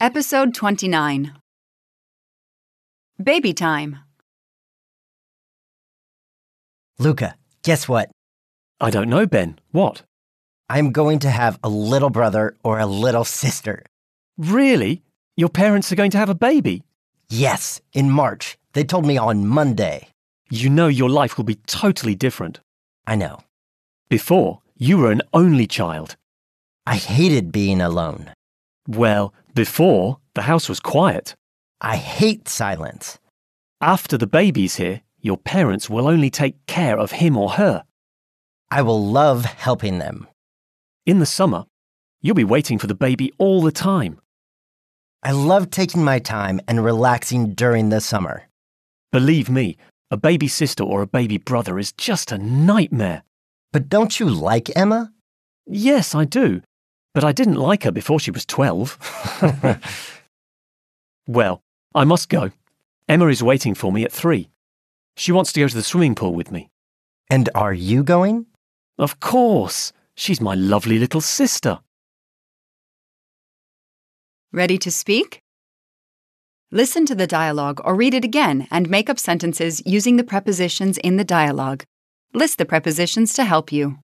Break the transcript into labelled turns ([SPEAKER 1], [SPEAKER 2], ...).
[SPEAKER 1] Episode 29 Baby Time.
[SPEAKER 2] Luca, guess what?
[SPEAKER 3] I don't know, Ben. What?
[SPEAKER 2] I'm going to have a little brother or a little sister.
[SPEAKER 3] Really? Your parents are going to have a baby?
[SPEAKER 2] Yes, in March. They told me on Monday.
[SPEAKER 3] You know your life will be totally different.
[SPEAKER 2] I know.
[SPEAKER 3] Before, you were an only child.
[SPEAKER 2] I hated being alone.
[SPEAKER 3] Well, before, the house was quiet.
[SPEAKER 2] I hate silence.
[SPEAKER 3] After the baby's here, your parents will only take care of him or her.
[SPEAKER 2] I will love helping them.
[SPEAKER 3] In the summer, you'll be waiting for the baby all the time.
[SPEAKER 2] I love taking my time and relaxing during the summer.
[SPEAKER 3] Believe me, a baby sister or a baby brother is just a nightmare.
[SPEAKER 2] But don't you like Emma?
[SPEAKER 3] Yes, I do. But I didn't like her before she was 12. well, I must go. Emma is waiting for me at 3. She wants to go to the swimming pool with me.
[SPEAKER 2] And are you going?
[SPEAKER 3] Of course. She's my lovely little sister.
[SPEAKER 1] Ready to speak? Listen to the dialogue or read it again and make up sentences using the prepositions in the dialogue. List the prepositions to help you.